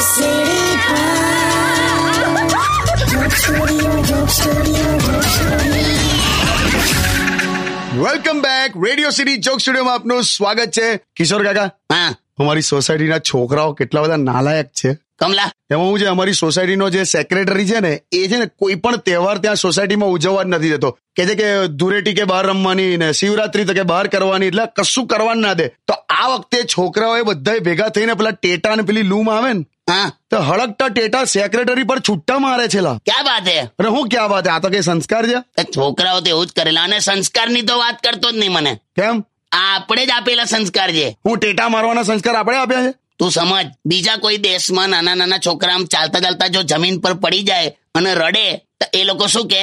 સીડી welcome back radio city joke સ્ટુડિયોમાં આપનું સ્વાગત છે કિશોર કાકા હા અમારી સોસાયટીના છોકરાઓ કેટલા બધા નાલાયક છે કમલા એમાં હું છે અમારી સોસાયટીનો જે સેક્રેટરી છે ને એ છે ને કોઈ પણ તહેવાર ત્યાં સોસાયટીમાં ઉજવવા જ નથી દેતો કે છે કે ધૂળેટી કે બહાર રમવાની ને શિવરાત્રી તો કે બહાર કરવાની એટલે કશું કરવા જ ના દે તો આ વખતે છોકરાઓએ બધાય ભેગા થઈને પેલા ટેટા ને પેલી લૂમ આવે ને હા તો હળકતા ટેટા સેક્રેટરી પર છૂટા મારે છે લા. ક્યાં વાત હે અરે હું ક્યાં વાત હે? આ તો કઈ સંસ્કાર છે તે છોકરાઓ તો એવું જ કરેલા અને સંસ્કારની તો વાત કરતો જ નહીં મને કેમ આ આપણે જ આપેલા સંસ્કાર છે હું ટેટા મારવાના સંસ્કાર આપણે આપ્યા છે તું સમજ બીજા કોઈ દેશમાં નાના નાના છોકરા આમ ચાલતા ચાલતા જો જમીન પર પડી જાય અને રડે તો એ લોકો શું કે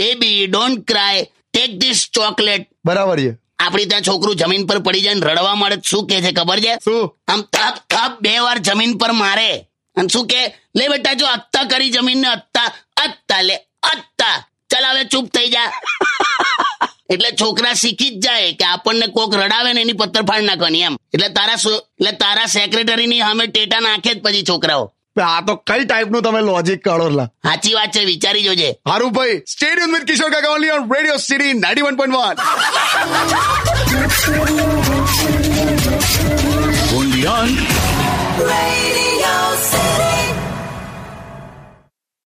baby don't cry take this chocolate બરાબર છે આપણી ત્યાં છોકરું જમીન પર પડી જાય ને રડવા મળે તો શું કે છે ખબર છે શું આમ થપ થપ બે વાર જમીન પર મારે અને શું કે લે બેટા જો અત્તા કરી જમીન ને અત્તા અત્તા લે અત્તા ચાલ હવે ચૂપ થઈ જા એટલે છોકરા શીખી જ જાય કે આપણને કોક રડાવે ને એની પત્તરફાડ નાખવાની એમ એટલે તારા સો- એટલે તારા સેક્રેટરીની સામે ટેટા નાખે જ પછી છોકરાઓ આ તો કઈ ટાઈપનું તમે લોજિક કાઢો લા સાચી વાત છે વિચારી જોજે હારું ભાઈ સ્ટેડિયમ વિથ કિશોર કાકા only on radio city ninety one point one